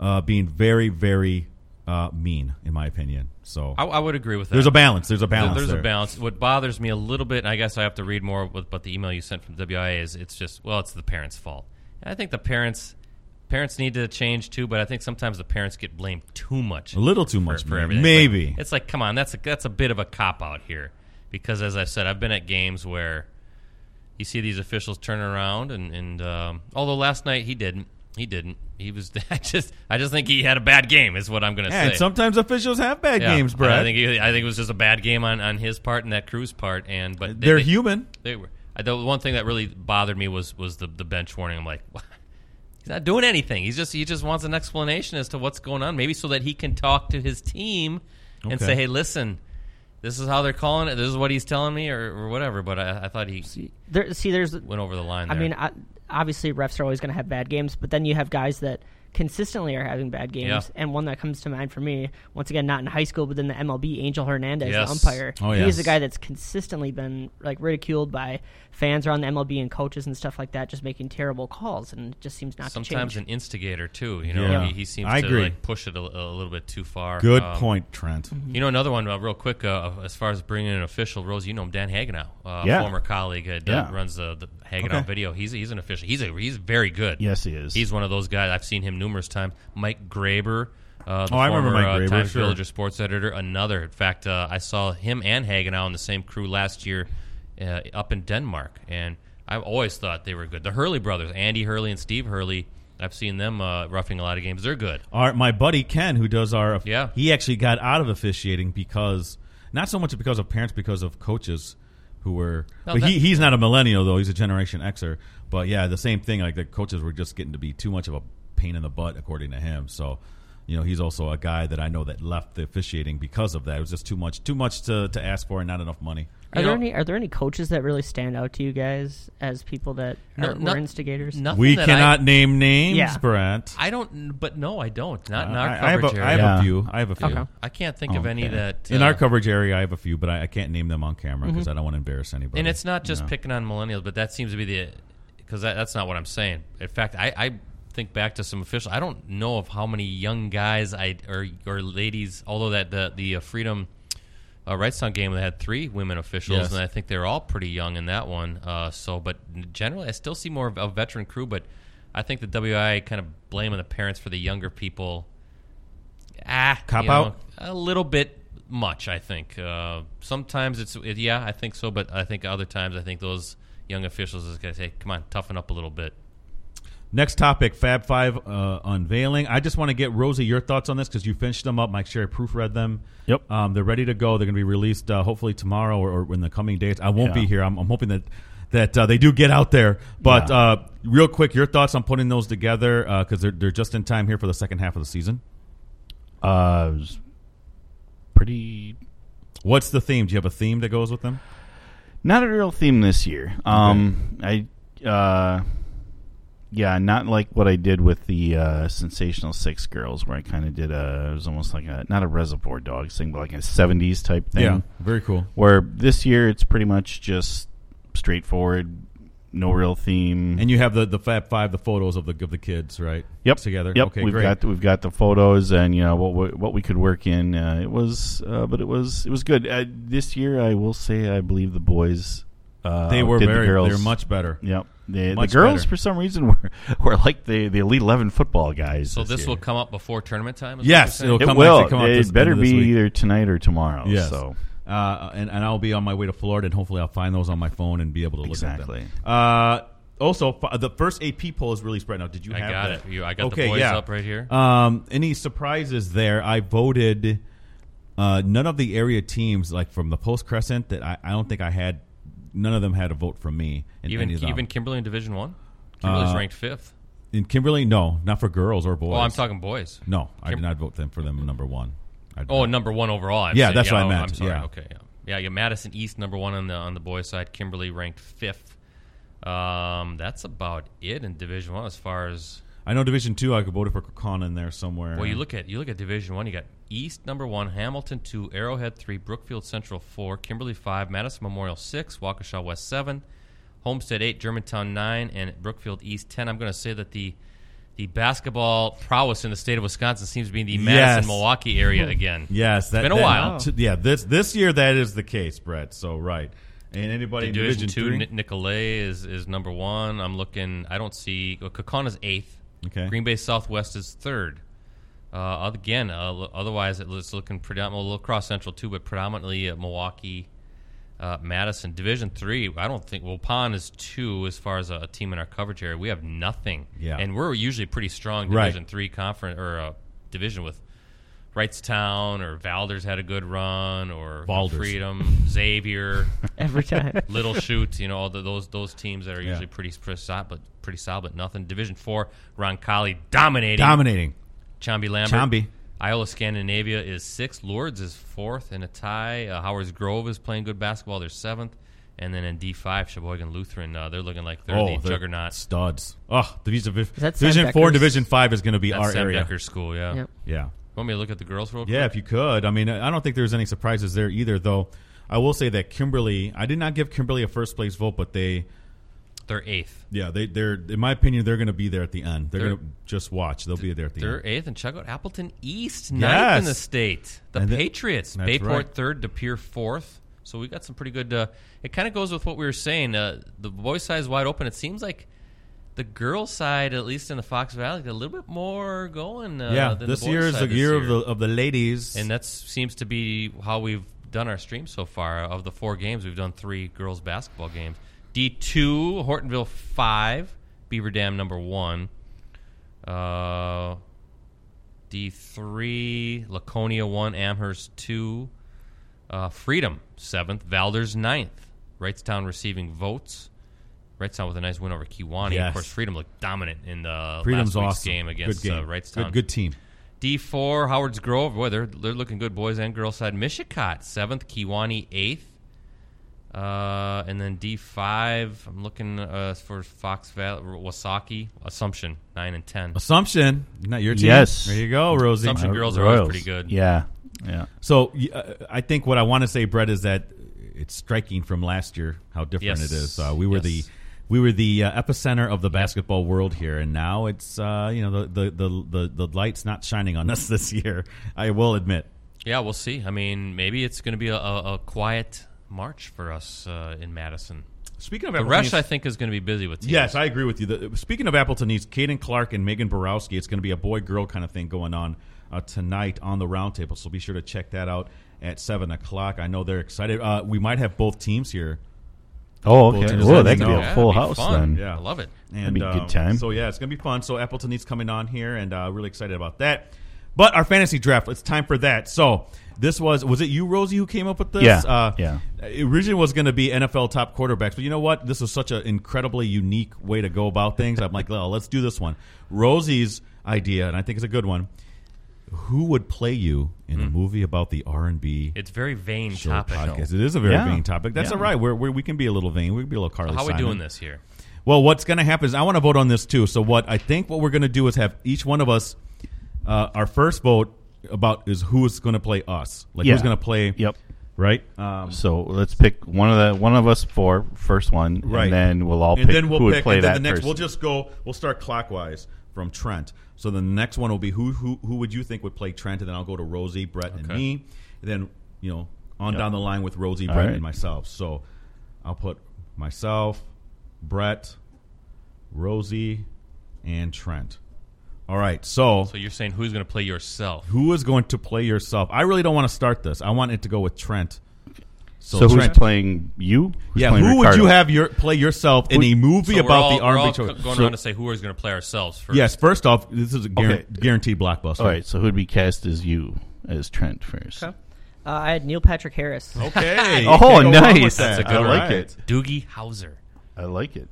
S7: uh, being very very uh, mean, in my opinion. So
S8: I, I would agree with that.
S7: there's a balance. There's a balance.
S8: There's
S7: there.
S8: a balance. What bothers me a little bit, and I guess I have to read more with, but the email you sent from WIA is it's just well, it's the parents' fault. And I think the parents parents need to change too, but I think sometimes the parents get blamed too much,
S7: A little too
S8: for-
S7: much,
S8: for,
S7: maybe.
S8: everything.
S7: Maybe.
S8: But it's like come on, that's a that's a bit of a cop out here because as I said, I've been at games where you see these officials turn around and and um, although last night he didn't. He didn't. He was. I just. I just think he had a bad game. Is what I'm going to
S7: Yeah,
S8: say.
S7: and sometimes officials have bad
S8: Yeah,
S7: games,
S8: I-
S7: Brett.
S8: I think he- I think it was just a bad game on, on his part and that crew's part. And but they,
S7: They're
S8: they-
S7: human.
S8: They were. I, the one thing that really bothered me was was the, the bench warning. I'm like, what? he's not doing anything. He's just he just wants an explanation as to what's going on, maybe so that he can talk to his team and
S7: Okay.
S8: say, hey, listen, this is how they're calling it. This is what he's telling me, or, or whatever. But I, I thought he
S9: There, see, there's
S8: went over the line.
S9: I
S8: There.
S9: mean, I, obviously, refs are always going to have bad games, but then you have guys that consistently are having bad games.
S8: Yeah.
S9: And one that comes to mind for me, once again, not in high school, but in the MLB, Angel Hernandez,
S8: Yes.
S9: the umpire.
S7: Oh, yes.
S9: He's a guy that's consistently been like ridiculed by fans around the MLB and coaches and stuff like that, just making terrible calls, and it just seems not
S8: sometimes
S9: to
S8: an
S9: change.
S8: instigator too. You know,
S7: Yeah.
S8: he, he seems
S7: I
S8: to
S7: agree.
S8: like push it a, a little bit too far.
S7: Good
S8: Um,
S7: point, Trent.
S8: You know, another one, uh, real quick, uh, as far as bringing in an official, Rose, you know him, Dan Hagenow, uh,
S10: Yeah.
S8: former colleague, uh, d-
S10: Yeah.
S8: runs the, the Hagenow
S7: Okay.
S8: video. He's he's an official. He's a, he's very good.
S10: Yes, he is.
S8: He's one of those guys. I've seen him numerous times. Mike Graber, uh, the
S7: Oh, I remember
S8: former,
S7: Mike
S8: uh,
S7: Graber,
S8: Times
S7: sure.
S8: Villager sports editor, another. In fact, uh, I saw him and Hagenow on the same crew last year uh, up in Denmark, and I've always thought they were good. The Hurley brothers, Andy Hurley and Steve Hurley, I've seen them uh, roughing a lot of games. They're good.
S7: our my buddy Ken, who does our
S8: Yeah.
S7: he actually got out of officiating because not so much because of parents, because of coaches who were.
S8: No,
S7: but
S8: that-
S7: he, he's not a millennial though; he's a Generation Xer. But yeah, the same thing. Like the coaches were just getting to be too much of a pain in the butt, according to him. So. You know, he's also a guy that I know that left the officiating because of that. It was just too much, too much to, to ask for, and not enough money.
S9: Are
S8: You
S9: there
S8: know-
S9: any are there any coaches that really stand out to you guys as people that
S8: No-
S9: are,
S8: no-
S9: were instigators?
S8: nothing
S7: We
S8: that I-
S7: cannot name names,
S9: Yeah.
S7: Brett.
S8: I don't, but no, I don't. Not in
S7: Uh, I-
S8: our
S7: I, have a,
S8: coverage area.
S7: I have
S10: Yeah.
S7: a few. I have a few.
S9: Okay.
S8: I can't think of any
S10: Okay.
S8: that
S7: In
S8: uh, Mm-hmm.
S7: our coverage area, I have a few, but I, I can't name them on camera because I don't want to embarrass anybody.
S8: And it's not just picking on millennials, but that seems to be the because that, that's not what I'm saying. In fact, I, I think back to some official. I don't know of how many young guys I or or ladies, although that the the uh, freedom. Uh, Right Sound game they had three women officials,
S7: Yes.
S8: and I think they're all pretty young in that one. Uh, so, but generally, I still see more of a veteran crew. But I think the WI kind of blaming the parents for the younger people. Ah,
S7: Cop
S8: you know,
S7: out?
S8: a little bit much. I think uh, sometimes it's it, yeah, I think so, but I think other times I think those young officials is gonna say, "Come on, toughen up a little bit."
S7: Next topic, Fab Five uh, unveiling. I just want to get Rosie your thoughts on this because you finished them up. Mike Sherry proofread them.
S10: Yep.
S8: Uh,
S7: um, they're ready to go. They're going to be released uh, hopefully tomorrow or, or in the coming days. I won't
S10: Yeah.
S7: be here. I'm, I'm hoping that that uh, they do get out there. But
S10: Yeah.
S7: uh, real quick, your thoughts on putting those together because they're they're just in time here for the second half of the season.
S10: Uh, it was pretty
S7: What's the theme? Do you have a theme that goes with them?
S10: not a real theme this year. Um, I uh, Yeah, not like what I did with the uh, Sensational Six Girls, where I kind of did a. It was almost like a not a Reservoir Dogs thing, but like a '70s type thing.
S7: Yeah, very cool.
S10: Where this year it's pretty much just straightforward, no real theme.
S7: And you have the the Fab Five, the photos of the of the kids, right?
S10: yep,
S7: together.
S10: Yep,
S7: okay,
S10: we've
S7: great.
S10: got we've got the photos and you know what we, what we could work in. Uh, it was, uh, but it was it was good. Uh, this year, I will say, I believe the boys. Uh,
S7: they were
S10: did
S7: very
S10: the girls.
S7: they were much better.
S10: Yep. The, the
S7: Much
S10: girls,
S7: better.
S10: for some reason, were, were like the, the Elite 11 football guys.
S8: So this
S10: year.
S8: will come up before tournament time. is what
S7: Yes,
S8: you're saying?
S7: it'll
S10: It
S7: come
S10: will.
S7: actually come out
S10: it
S7: this-
S10: better
S7: end of this
S10: be
S7: week.
S10: either tonight or tomorrow.
S7: Yes.
S10: So
S7: Uh, and, and I'll be on my way to Florida, and hopefully I'll find those on my phone and be able to look
S10: Exactly.
S7: at them. Uh, also, fi- the first AP poll is released right now. Did you
S8: I
S7: have
S8: got
S7: that?
S8: it. You- I got the
S7: okay,
S8: boys
S7: yeah.
S8: up right here.
S7: Um, any surprises there? I voted uh, none of the area teams, like from the Post Crescent, that I, I don't think I had, none of them had a vote from me. In
S8: even
S7: any of them.
S8: even Kimberly in Division One.
S7: Uh,
S8: Kimberly's ranked fifth.
S7: in Kimberly, no, not for girls or boys.
S8: Well, I'm talking boys.
S7: No, I did
S8: Kim-
S7: not vote them for them number one. I did
S8: Oh,
S7: not.
S8: number one overall. I'm
S7: Yeah,
S8: saying.
S7: that's what I
S8: oh,
S7: meant,
S8: I'm sorry.
S7: yeah.
S8: Okay. Yeah. yeah, yeah. Madison East number one on the on the boys side. Kimberly ranked fifth. Um, that's about it in Division One as far as
S7: I know Division Two. I could vote for Kakana in there somewhere.
S8: well. You look at you look at Division One. You got East number one, Hamilton two, Arrowhead three, Brookfield Central four, Kimberly five, Madison Memorial six, Waukesha West seven, Homestead eight, Germantown nine, and Brookfield East ten. I'm going to say that the the basketball prowess in the state of Wisconsin seems to be in the Madison Milwaukee area again.
S7: Yes, that,
S8: been a
S7: that-
S8: while.
S7: t- yeah, this this year that is the case, Brett. So right, and anybody in
S8: Division,
S7: Division
S8: two,
S7: Three,
S8: Ni- Nicolet is is number one. I'm looking. I don't see. oh, Kakana's eighth.
S7: Okay.
S8: Green Bay Southwest is third. Uh, again, uh, lo- otherwise it- it's looking predominantly well, lacrosse central too, but predominantly uh, Milwaukee, uh, Madison. Division three. I don't think. Well, Pond is two as far as a, a team in our coverage area. We have nothing.
S7: Yeah.
S8: And we're usually pretty strong
S7: Right.
S8: Division three conference or uh, division with. Wrightstown or Valders had a good run or
S7: Valders.
S8: Freedom, Xavier.
S9: every time.
S8: Little Shoot, you know, all the, those those teams that are
S7: Yeah.
S8: usually pretty pretty solid, pretty solid, but nothing. Division Four, Roncalli dominating.
S7: dominating.
S8: Chambi Lambert.
S7: Chambi.
S8: Iowa Scandinavia is sixth. Lourdes is fourth in a tie. Uh, Howard's Grove is playing good basketball. They're seventh. And then in D5, Sheboygan Lutheran, uh, they're looking like they're
S7: oh,
S8: the
S7: they're
S8: juggernaut.
S7: studs. Oh, Division
S9: that Sam
S7: Division Four,
S9: Becker's?
S7: Division Five is going to be
S8: That's
S7: our
S8: Sam
S7: area.
S8: Decker's school, yeah.
S9: Yep.
S7: Yeah,
S8: Want me to look at the girls real quick?
S7: yeah. If you could, I mean, I don't think there's any surprises there either. Though I will say that Kimberly, I did not give Kimberly a first place vote, but they,
S8: They're eighth.
S7: yeah, they, they're in my opinion, they're going to be there at the end. They're,
S8: They're-
S7: going to just watch. They'll be there at the
S8: They're
S7: end.
S8: eighth, and check out Appleton East, ninth in the
S7: Yes.
S8: state. The
S7: And the-
S8: Patriots,
S7: That's
S8: Bayport
S7: right.
S8: third, DePere fourth. So we got some pretty good. Uh, it kind of goes with what we were saying. Uh, the boys' side is wide open. It seems like the girls' side, at least in the Fox Valley, got a little bit more going. Uh,
S7: yeah,
S8: than
S7: this
S8: the boys'
S7: year is
S8: side
S7: the
S8: this
S7: year of the of the ladies.
S8: and that seems to be how we've done our stream so far. Of the four games, we've done three girls basketball games. D two, Hortonville five, Beaver Dam number one. Uh, D three, Laconia one, Amherst two, uh, Freedom seventh, Valders ninth. Wrightstown receiving votes. Wrightstown with a nice win over Kiwani.
S7: Yes.
S8: Of course, Freedom looked dominant in the
S7: Freedom's
S8: last week's
S7: awesome.
S8: game against
S7: good game.
S8: Uh, Wrightstown.
S7: Good, good team.
S8: D four, Howard's Grove. Boy, they're they're looking good, boys and girls side. Mishicot seventh, Kiwani eighth, uh, and then D five. I'm looking uh, for Fox Valley, Wasaki, Assumption nine and ten.
S7: Assumption, not your team.
S10: Yes.
S7: there you go, Rosie.
S8: Assumption girls are
S10: Royals.
S8: always pretty good.
S10: Yeah, yeah.
S7: So y- uh, I think what I want to say, Brett, is that it's striking from last year how different
S8: Yes.
S7: it is. Uh, we were the
S8: Yes.
S7: we were the uh, epicenter of the basketball world here, and now it's uh, you know the the, the the the light's not shining on us this year. I will admit.
S8: Yeah, we'll see. I mean, maybe it's going to be a, a, a quiet March for us uh, in Madison.
S7: Speaking of
S8: The
S7: Appleton
S8: rush,
S7: East-
S8: I think, is going to be busy with teams.
S7: Yes, I agree with you. The, speaking of Appleton East, Caden Clark and Megan Borowski, it's going to be a boy girl kind of thing going on uh, tonight on the roundtable. So be sure to check that out at seven o'clock. I know they're excited. Uh, we might have both teams here.
S10: Oh,
S7: Well,
S10: okay.
S7: it's
S10: Whoa, that
S7: nice to
S10: could be
S7: know.
S10: a
S8: Yeah,
S10: full
S8: it'd be
S10: house
S8: fun.
S10: then.
S7: Yeah.
S8: I love it.
S7: And,
S10: be a good
S7: uh,
S10: time.
S7: So yeah, it's gonna be fun. So Appleton Eats coming on here, and uh, really excited about that. But our fantasy draft, it's time for that. So this was was it you, Rosie, who came up with this?
S10: Yeah,
S7: uh,
S10: yeah.
S7: It originally was going to be NFL top quarterbacks, but you know what? This was such an incredibly unique way to go about things. I'm like, well, let's do this one. Rosie's idea, and I think it's a good one. Who would play you in
S10: Hmm.
S7: a movie about the R and B?
S8: It's very vain
S7: show
S8: topic.
S7: podcast? It is a very
S10: Yeah.
S7: vain topic. That's
S10: Yeah.
S7: all right. We're, we're, we can be a little vain. We can be a little Carly.
S8: How are we
S7: Simon.
S8: doing this here?
S7: Well, what's going to happen is I want to vote on this too. So what I think what we're going to do is have each one of us uh, our first vote about is who's going to play us, like
S10: Yeah.
S7: who's going to play.
S10: Yep.
S7: Right. Um,
S10: So let's pick one of the one of us four first one,
S7: right.
S10: and then we'll all
S7: and
S10: pick
S7: then we'll
S10: who
S7: pick,
S10: would play
S7: and then
S10: that
S7: the next, We'll
S10: person.
S7: just go. We'll start clockwise from Trent. So the next one will be who who who would you think would play Trent, and then I'll go to Rosie, Brett, and me. And then you know on down the line with Rosie, Brett,
S10: right.
S7: and myself. So I'll put myself, Brett, Rosie, and Trent. All right.
S8: So you're saying who's going to play yourself?
S7: Who is going to play yourself? I really don't want to start this. I want it to go with Trent.
S10: so who's
S7: Trent-
S10: playing you? Who's
S7: Yeah,
S10: playing
S7: who would
S10: Ricardo?
S7: you have your play yourself in a movie
S8: So we're
S7: about
S8: all-
S7: the
S8: we're all
S7: army?
S8: co-
S7: choice?
S8: going
S7: So-
S8: around to say who is going to play ourselves first.
S7: yes, first off, this is a guar-
S10: Okay.
S7: guaranteed blockbuster.
S10: All right. So who'd be cast as you as Trent first?
S9: Okay. Uh, I had Neil Patrick Harris.
S7: Okay. You
S10: Oh,
S7: can't go wrong with
S10: nice.
S7: that.
S10: That's a good
S7: I like
S10: one.
S7: it.
S8: Doogie Howser.
S10: I like it.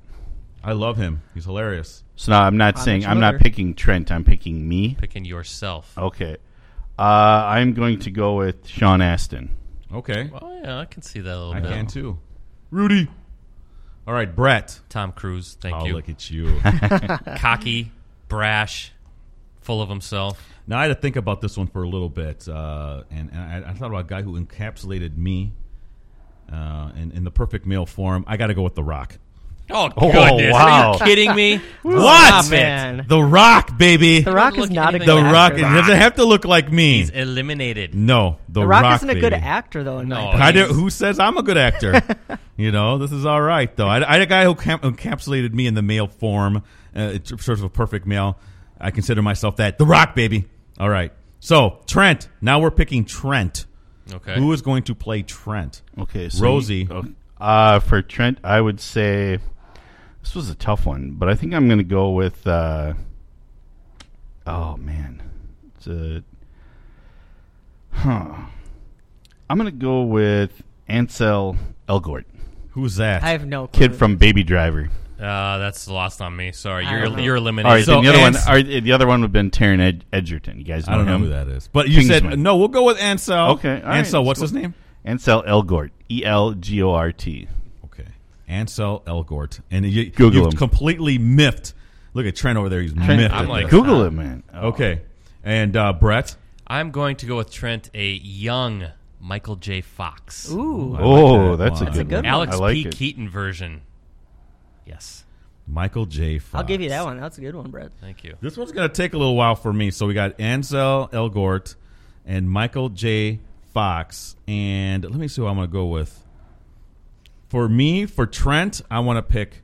S7: I love him. He's hilarious.
S10: So now I'm not
S9: How
S10: saying
S9: much
S10: I'm not
S9: mother?
S10: picking Trent. I'm picking me.
S8: Picking yourself.
S7: Oh.
S10: Okay. Uh, I'm going to go with Sean Astin.
S7: Okay,
S8: Oh, yeah, I can see that a little
S7: I
S8: bit.
S7: can too. Rudy. All right, Brett.
S8: Tom Cruise, thank
S7: Oh,
S8: you.
S7: look at you.
S8: Cocky, brash, full of himself.
S7: Now I had to think about this one for a little bit, uh, and, and I, I thought about a guy who encapsulated me uh, in, in the perfect male form. I got to go with The Rock.
S8: Oh, goodness. Are
S10: wow.
S8: you kidding me?
S7: What?
S9: Ah, man.
S7: The Rock, baby.
S9: The Rock is
S8: look
S9: not a good
S8: anything
S7: The
S8: like
S9: actor.
S7: Rock. It doesn't have to look like me.
S8: He's eliminated. Oh,
S7: no, The,
S9: The Rock, isn't a good
S7: baby.
S9: actor though. In
S8: No.
S9: no.
S7: I do- who says I'm a good actor? you know, this is all right though. I, I had a guy who cam- encapsulated me in the male form, uh, in terms of a perfect male. I consider myself that. The Rock, baby. All right. So Trent. Now we're picking Trent.
S8: Okay.
S7: Who is going to play Trent?
S10: Okay,
S7: Rosie.
S10: oh, uh, for Trent, I would say this was a tough one, but I think I'm going to go with. Uh, oh man, it's a. Huh. I'm going to go with Ansel Elgort,
S7: Who's that?
S9: I have no clue.
S10: kid from Baby Driver.
S8: Uh, that's lost on me. Sorry.
S9: I
S8: You're,
S9: don't know.
S8: you're
S10: All right,
S8: eliminated.
S7: So
S10: then the other one.
S7: Ans-
S10: all right, the other one would have been Taryn Ed- Edgerton. You guys know
S7: I don't know
S10: him?
S7: who that is. But you said
S10: Kingsman.
S7: no. We'll go with Ansel.
S10: Okay, all right,
S7: Ansel.
S10: let's
S7: what's
S10: go.
S7: his name?
S10: Ansel Elgort. E L G O R T.
S7: Okay. Ansel Elgort. And you,
S10: Google
S7: you've
S10: him.
S7: completely miffed. Look at Trent over there. He's miffed.
S8: I'm
S7: at
S8: like-
S7: this.
S10: Google it, man. Oh,
S7: okay. And uh, Brett.
S8: I'm going to go with Trent, a young Michael J. Fox.
S9: Ooh,
S10: Oh,
S7: that
S10: that's,
S7: one.
S10: a good
S9: good
S10: one.
S8: Alex
S10: I like
S8: P.
S10: it.
S8: Keaton version. Yes.
S7: Michael J. Fox.
S9: I'll give you that one. That's a good one, Brett.
S8: Thank you.
S7: This one's going to take a little while for me. So we got Ansel Elgort and Michael J. Fox. And let me see who I'm going to go with. For me, for Trent, I want to pick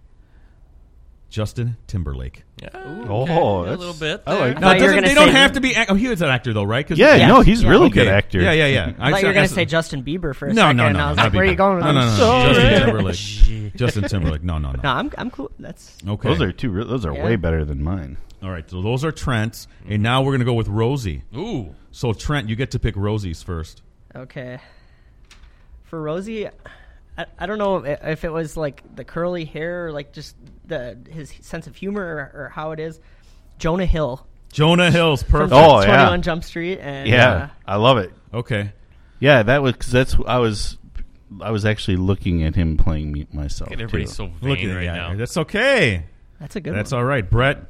S7: Justin Timberlake.
S10: Oh,
S8: a
S10: that's-
S8: little bit.
S10: I like
S9: No,
S7: Now,
S8: there.
S7: it
S9: you were
S7: doesn't-
S9: gonna
S7: they don't
S9: say-
S7: have to be. Act- oh, he was an actor though, right? 'Cause-
S10: Yeah,
S9: Yeah.
S10: no, he's
S9: Yeah.
S10: really
S7: Okay.
S10: good actor.
S7: Yeah, yeah, yeah.
S9: I
S7: I
S9: thought you were
S7: I-
S9: gonna say Justin Bieber for a
S7: No,
S9: second,
S7: no,
S9: and
S7: no.
S9: I was
S7: not
S9: like, "Where are
S7: Bieber.
S9: you going with
S7: no, no,
S9: this?"
S7: no, no. Justin Timberlake. Justin Timberlake. No, no,
S9: No,
S7: no.
S9: I'm I'm cool. That's
S7: Okay.
S10: Those are two. re- Those are
S9: Yeah.
S10: way better than mine.
S7: All right. So those are Trent's, and now we're gonna go with Rosie.
S8: Ooh.
S7: So Trent, you get to pick Rosie's first.
S9: okay. For Rosie, I, I don't know if if it was like the curly hair, or like just the his sense of humor, or, or how it is. Jonah Hill
S7: Jonah Hill's
S9: from
S7: perfect.
S10: Oh, yeah.
S9: Twenty One Jump Street, and
S10: Yeah,
S9: uh,
S10: I love it.
S7: Okay.
S10: Yeah, that was cause that's who I was. I was actually looking at him playing me myself.
S8: Look at everybody's
S10: too.
S8: so vain right
S7: yeah,
S8: now.
S7: That's okay.
S9: that's a good.
S7: That's
S9: one.
S7: all right, Brett.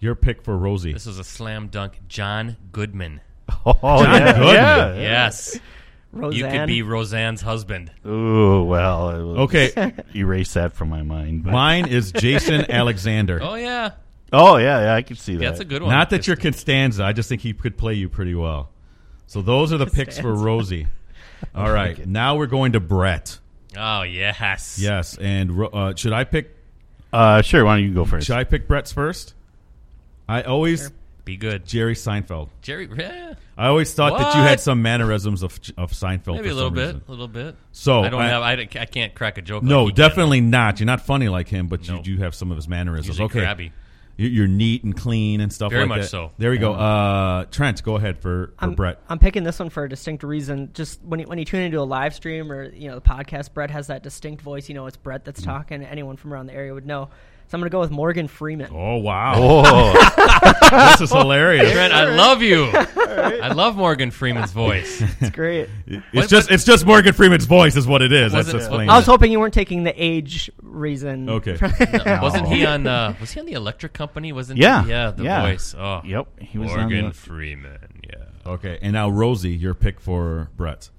S7: Your pick for Rosie.
S8: This is a slam dunk. John Goodman.
S10: Oh, yeah,
S7: Goodman.
S10: yeah.
S8: Yes.
S9: Roseanne.
S8: You could be Roseanne's husband.
S10: Ooh, well, I will
S7: Okay,
S10: erase that from my mind. but-
S7: mine is Jason Alexander.
S8: Oh, yeah.
S10: oh yeah, yeah, I can see that.
S8: That's a good one.
S7: Not that
S8: Just-
S7: you're Constanza. I just think he could play you pretty well. So those are the picks for Rosie. All right, now we're going to Brett.
S8: Oh, yes.
S7: Yes, and Ro- uh, should I pick?
S10: Uh, sure, why don't you go first?
S7: Should I pick Brett's first? I always
S8: Be good.
S7: Jerry Seinfeld.
S8: Jerry, yeah.
S7: I always thought that you
S8: What?
S7: had some mannerisms of of Seinfeld.
S8: Maybe
S7: for
S8: a little
S7: some
S8: bit.
S7: reason.
S8: A little bit.
S7: So,
S8: I don't
S7: I-
S8: have, I, don't- I can't crack a joke.
S7: No,
S8: like he can.
S7: definitely not. You're not funny like him, but
S8: No.
S7: you do have some of his mannerisms.
S8: Usually
S7: Okay,
S8: crabby.
S7: you- you're neat and clean and stuff
S8: Very
S7: like
S8: much
S7: that.
S8: so.
S7: There we go. Uh, Trent, go ahead for, for
S9: I'm,
S7: Brett.
S9: I'm picking this one for a distinct reason. Just when you, when you tune into a live stream or you know the podcast, Brett has that distinct voice. You know it's Brett
S8: Mm.
S9: that's talking. Anyone from around the area would know. So I'm going to go with Morgan Freeman.
S7: Oh wow, this is hilarious.
S8: Trent, I love you. I love Morgan Freeman's voice.
S9: It's great.
S7: It's just it's just Morgan Freeman's voice is what it is. That's
S8: Wasn't-
S7: explained.
S9: I was hoping you weren't taking the age reason.
S7: Okay.
S8: Wasn't he on? Uh, was he on the Electric Company? Wasn't
S10: Yeah.
S8: he? yeah, the
S10: Yeah.
S8: voice. Oh,
S10: Yep, he was on the
S8: Morgan
S10: Elect-
S8: Freeman. Yeah,
S7: Okay, and now Rosie, your pick for Brett.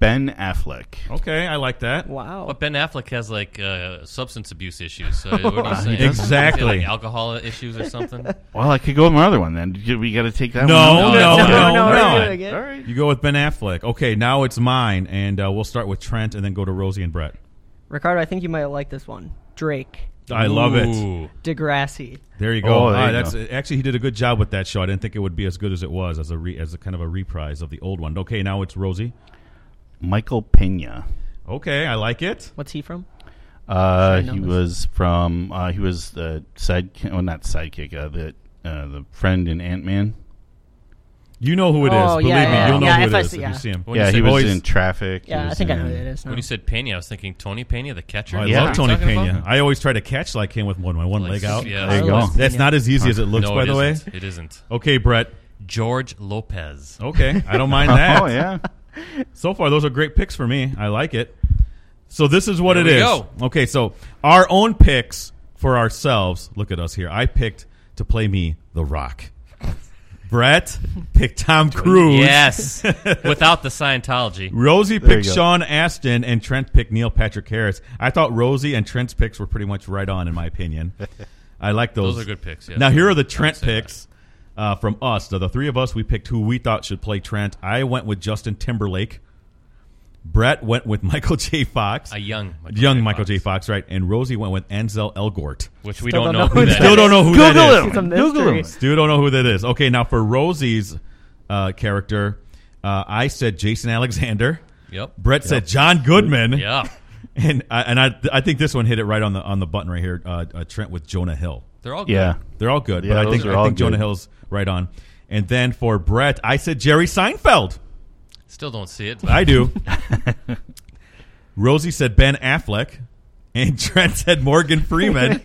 S10: Ben Affleck.
S7: Okay, I like that.
S9: Wow.
S8: but Ben Affleck has like uh, substance abuse issues. So what are you saying?
S7: Exactly.
S8: Like alcohol issues or something.
S10: Well, I could go with my other one then. Did We got to take that
S7: No,
S10: one.
S7: no, no,
S8: No, no,
S9: no,
S7: no, no.
S9: we're doing it.
S10: All right.
S7: You go with Ben Affleck. Okay, now it's mine, and uh, we'll start with Trent, and then go to Rosie and Brett.
S9: Ricardo, I think you might like this one. Drake,
S7: I love it.
S8: Ooh.
S9: Degrassi.
S7: There you go.
S10: Oh, there
S7: Ah,
S10: you
S7: that's
S10: go.
S7: actually he did a good job with that show. I didn't think it would be as good as it was as a re, as a kind of a reprise of the old one. Okay, now it's Rosie.
S10: Michael Pena.
S7: Okay, I like it.
S9: What's he from?
S10: Uh,
S9: know
S10: he
S9: this.
S10: was from. Uh, he was the sidekick. Well, not sidekick. Uh, the uh, the friend in Ant Man.
S7: You know who it is.
S9: Oh,
S7: Believe
S9: yeah,
S7: me,
S9: yeah,
S7: you'll know
S9: yeah,
S7: who
S9: if
S7: it
S9: I
S7: is
S9: see-
S7: if
S9: yeah.
S7: you see him.
S8: When
S10: Yeah,
S8: you
S10: he
S8: said-
S10: was
S7: always-
S10: in Traffic. He
S9: Yeah, I
S10: was
S9: think I
S10: in-
S9: know who it is. Now.
S8: When you said Pena, I was thinking Tony Pena, the catcher.
S7: I
S8: Is that
S7: love
S8: what
S7: Tony
S8: you're talking
S7: Pena.
S8: about?
S7: I always try to catch like him with one my one
S8: Like,
S7: leg out.
S8: yeah.
S10: There you go.
S7: That's not as easy as it looks,
S8: No,
S7: by
S8: it
S7: the way.
S8: isn't. it isn't.
S7: Okay, Brett.
S8: George Lopez.
S7: Okay, I don't mind that.
S10: Oh yeah.
S7: So far, those are great picks for me. I like it. So this is what
S8: There
S7: it
S8: we
S7: is.
S8: go.
S7: Okay, so our own picks for ourselves. Look at us here. I picked to play me The Rock. Brett picked Tom Cruise.
S8: Yes, without the Scientology.
S7: Rosie
S10: There
S7: picked
S10: you go.
S7: Sean Astin and Trent picked Neil Patrick Harris. I thought Rosie and Trent's picks were pretty much right on, in my opinion. I like those.
S8: Those are good picks, yeah.
S7: Now here are the
S8: I'd
S7: Trent
S8: say that.
S7: picks uh, from us. So the three of us we picked who we thought should play Trent. I went with Justin Timberlake. Brett went with Michael J. Fox.
S8: A young Michael
S7: young
S8: J.
S7: Michael
S8: Fox.
S7: J. Fox, right? And Rosie went with Ansel Elgort.
S8: Which we
S9: Still
S8: don't
S9: don't know
S8: know who
S9: who
S8: that
S9: that
S7: Still
S8: is.
S7: don't know who
S10: Google
S7: that is.
S10: him.
S9: It's a
S10: Google him.
S9: mystery.
S7: Still don't know who that is. Okay, now for Rosie's uh, character, uh, I said Jason Alexander.
S8: Yep.
S7: Brett said John Goodman.
S8: Yeah.
S7: and I, and I I think this one hit it right on the on the button right here. Uh, uh, Trent with Jonah Hill.
S8: They're all good.
S10: Yeah.
S7: They're all good,
S10: Yeah,
S7: but I
S10: those
S7: think
S10: are
S7: I
S10: all
S7: think
S10: good.
S7: Jonah Hill's right on. And then for Brett, I said Jerry Seinfeld.
S8: Still don't see it.
S7: I do. Rosie said Ben Affleck, and Trent said Morgan Freeman.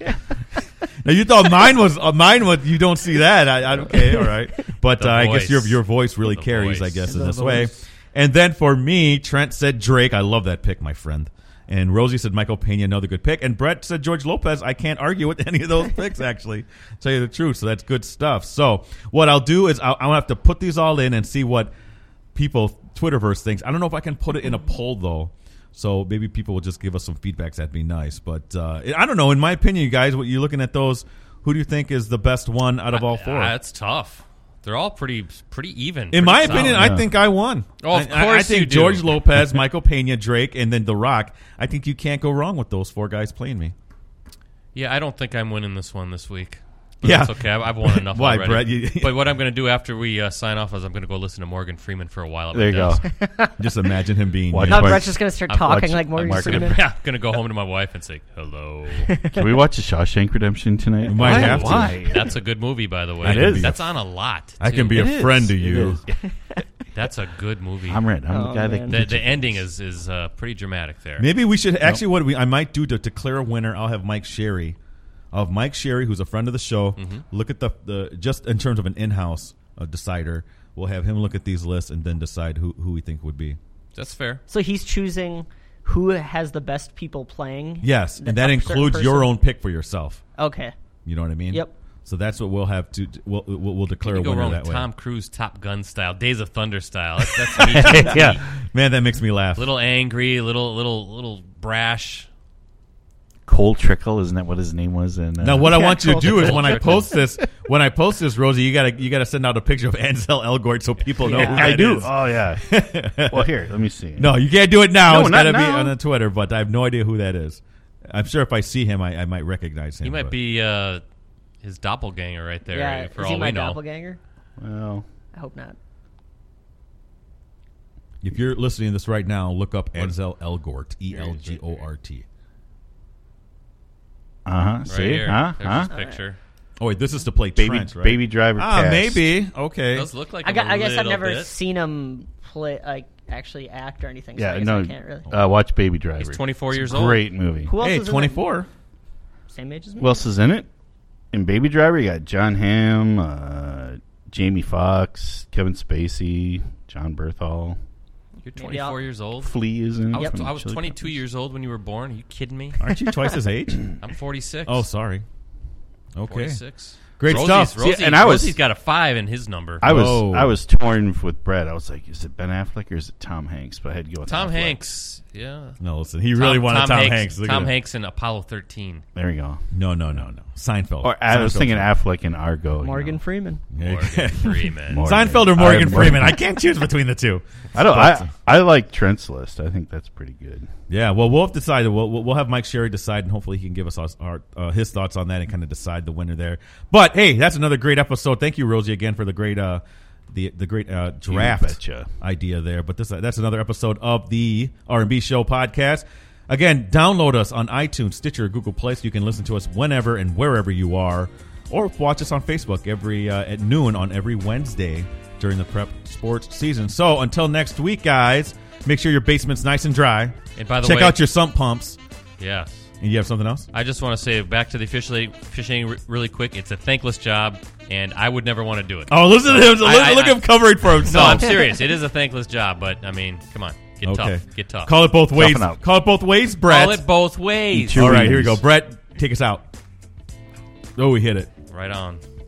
S7: now you thought mine was uh, mine was you don't see that. I, I okay, all right. But uh,
S8: The
S7: I guess your
S8: voice.
S7: your voice really
S8: The
S7: carries, I
S8: voice.
S7: guess, in
S9: The
S7: this
S9: voice.
S7: way. And then for me, Trent said Drake. I love that pick, my friend. And Rosie said Michael Pena, another good pick. And Brett said George Lopez. I can't argue with any of those picks, actually. Tell you the truth. So that's good stuff. So what I'll do is I'll, I'll have to put these all in and see what people Twitterverse thinks. I don't know if I can put it in a poll though. So maybe people will just give us some feedbacks. That'd be nice. But uh, I don't know. In my opinion, you guys, what you're looking at those. Who do you think is the best one out of all four?
S8: Ah, It's tough. They're all pretty pretty even.
S7: in
S8: pretty
S7: my
S8: solid.
S7: opinion, I think I won.
S8: Oh, of
S7: I- I, I
S8: course
S7: think
S8: you do.
S7: George Lopez, Michael Pena, Drake, and then The Rock. I think you can't go wrong with those four guys playing me.
S8: Yeah, I don't think I'm winning this one this week.
S7: Yeah.
S8: That's okay. I've, I've won enough
S7: Why,
S8: already.
S7: Brett? You-
S8: but what I'm going to do after we uh, sign off is I'm going to go listen to Morgan Freeman for a while. At my
S10: There you go.
S8: desk.
S7: Just imagine him being.
S10: Watch-
S9: Now
S10: Mark-
S9: Brett's just going to start talking
S10: watching-
S9: like Morgan
S10: Mark-
S9: Freeman.
S8: Yeah, I'm going to go home to my wife and say, hello.
S10: Can we watch the Shawshank Redemption tonight?
S7: might Why? have to.
S10: Why?
S8: That's a good movie, by the way.
S7: It is.
S8: That's on a lot.
S7: I can
S8: too.
S7: be a
S10: is.
S7: friend to
S10: It
S7: you.
S10: is.
S8: That's a good movie.
S10: I'm red. I'm the
S9: Oh,
S10: guy
S9: man.
S10: that.
S8: The, the ending is is uh, pretty dramatic there.
S7: Maybe we should actually. What we I might do to declare a winner. I'll have Mike Sherry, of Mike Sherry, who's a friend of the show.
S8: Mm-hmm.
S7: Look at the the just in terms of an in-house uh, decider. We'll have him look at these lists and then decide who who we think would be.
S8: That's fair.
S9: So he's choosing who has the best people playing.
S7: Yes,
S9: Th-
S7: and that
S9: a certain
S7: includes your
S9: person?
S7: own pick for yourself.
S9: Okay.
S7: You know what I mean?
S9: Yep.
S7: So that's what we'll have to. We'll we'll, we'll declare a
S8: You go
S7: winner
S8: wrong
S7: that
S8: with
S7: way.
S8: Tom Cruise Top Gun style, Days of Thunder style. That's, that's me.
S7: yeah, man, that makes me laugh.
S8: little angry, little little little brash.
S10: Cole Trickle, isn't that what his name was? And uh,
S7: Now, what I want you to do is
S8: Cole
S7: when I
S8: Trickle.
S7: post this, when I post this, Rosie, you gotta you gotta send out a picture of Ansel Elgort so people know who
S10: I
S7: that
S10: do.
S7: is.
S10: Oh yeah. well, here, let me see.
S7: No, you can't do it now.
S10: No,
S7: it's
S10: not
S7: gotta be
S10: now.
S7: on the Twitter, but I have no idea who that is. I'm sure if I see him, I, I might recognize him.
S8: He might
S7: but-
S8: be uh, his doppelganger right there.
S9: Yeah.
S8: For
S9: Is
S8: all
S9: he my
S8: we know,
S9: doppelganger?
S10: Well,
S9: I hope not.
S7: If you're listening to this right now, look up Ansel Elgort, E L G O R T.
S10: uh huh.
S8: right
S10: See,
S8: here.
S10: huh?
S8: There's
S10: Uh-huh, Huh?
S8: his picture.
S7: Oh wait, this is to play
S10: Baby,
S7: Trent, right?
S10: baby driver.
S7: Ah,
S10: cast.
S7: maybe. Okay.
S8: does look like
S9: I, got,
S8: him a
S9: I guess I've
S8: little
S9: never
S8: bit.
S9: seen him play, like actually act or anything. so
S10: Yeah,
S9: I guess
S10: no.
S9: I can't really.
S10: Uh, watch Baby Driver.
S8: He's 24 years old.
S10: Great movie.
S9: Who else
S7: Hey,
S9: is in that?
S7: twenty four.
S9: Same age as me.
S10: Who else is in it? In Baby Driver, you got John Hamm, uh, Jamie Foxx, Kevin Spacey, John Berthall.
S8: You're
S9: Maybe I'll-
S8: 24 years old.
S10: Flea is in. it
S8: I was,
S10: from
S8: I was
S10: Chili
S8: 22
S10: Peppers.
S8: years old when you were born. Are you kidding me?
S7: Aren't you twice his age?
S8: I'm 46.
S7: Oh, sorry. Okay.
S8: 46.
S7: Great
S8: Rosie's,
S7: stuff.
S8: Rosie,
S10: See, and I was-
S8: Rosie's got a five in his number.
S10: I was
S7: Whoa.
S10: I was torn with Brett. I was like, is it Ben Affleck or is it Tom Hanks? But I had to go with
S8: Tom
S10: Affleck.
S8: Hanks. Yeah.
S7: No, listen. He really wanted Tom, Hanks. Look at
S8: Tom
S7: him.
S8: Hanks in Apollo 13.
S10: There you go.
S7: No, no, no, no. Seinfeld.
S10: Or I was
S7: Seinfeld's
S10: thinking
S7: right.
S10: Affleck and Argo. you
S9: Morgan
S10: know.
S9: Freeman.
S7: Yeah,
S8: Morgan Freeman.
S10: Morgan.
S7: Seinfeld or
S10: I
S7: Morgan
S10: am
S7: Freeman. I can't choose between the two.
S10: I don't. I, I like Trent's list. I think that's pretty good.
S7: Yeah, well, we'll have to decide. We'll, we'll we'll have Mike Sherry decide, and hopefully he can give us us- our, uh, his thoughts on that and kind of decide the winner there. But hey, that's another great episode. Thank you, Rosie, again for the great uh, the the great uh, draft
S10: betcha.
S7: idea there. But this uh, that's another episode of the R and B Show podcast. Again, download us on iTunes, Stitcher, or Google Play, so you can listen to us whenever and wherever you are, or watch us on Facebook every uh, at noon on every Wednesday during the prep sports season. So until next week, guys, make sure your basement's nice and dry.
S8: And by the
S7: Check
S8: way-
S7: out your sump pumps.
S8: Yes.
S7: And you have something else?
S8: I just want to say back to the fishing, fishing re- really quick. It's a thankless job, and I would never want to do it.
S7: Oh, listen to him! Look,
S8: I- I-
S7: look
S8: I-
S7: at him covering for
S8: No, I'm
S7: himself.
S8: serious. It is a thankless job, but I mean, come on, get tough, get tough.
S7: Call it both ways.
S10: Toughen up.
S7: Call it both ways, Brett.
S8: Call it both ways.
S10: Eat your-
S7: All right, here we
S10: Please.
S7: go. Brett, take us out. Oh, we hit it.
S8: Right on.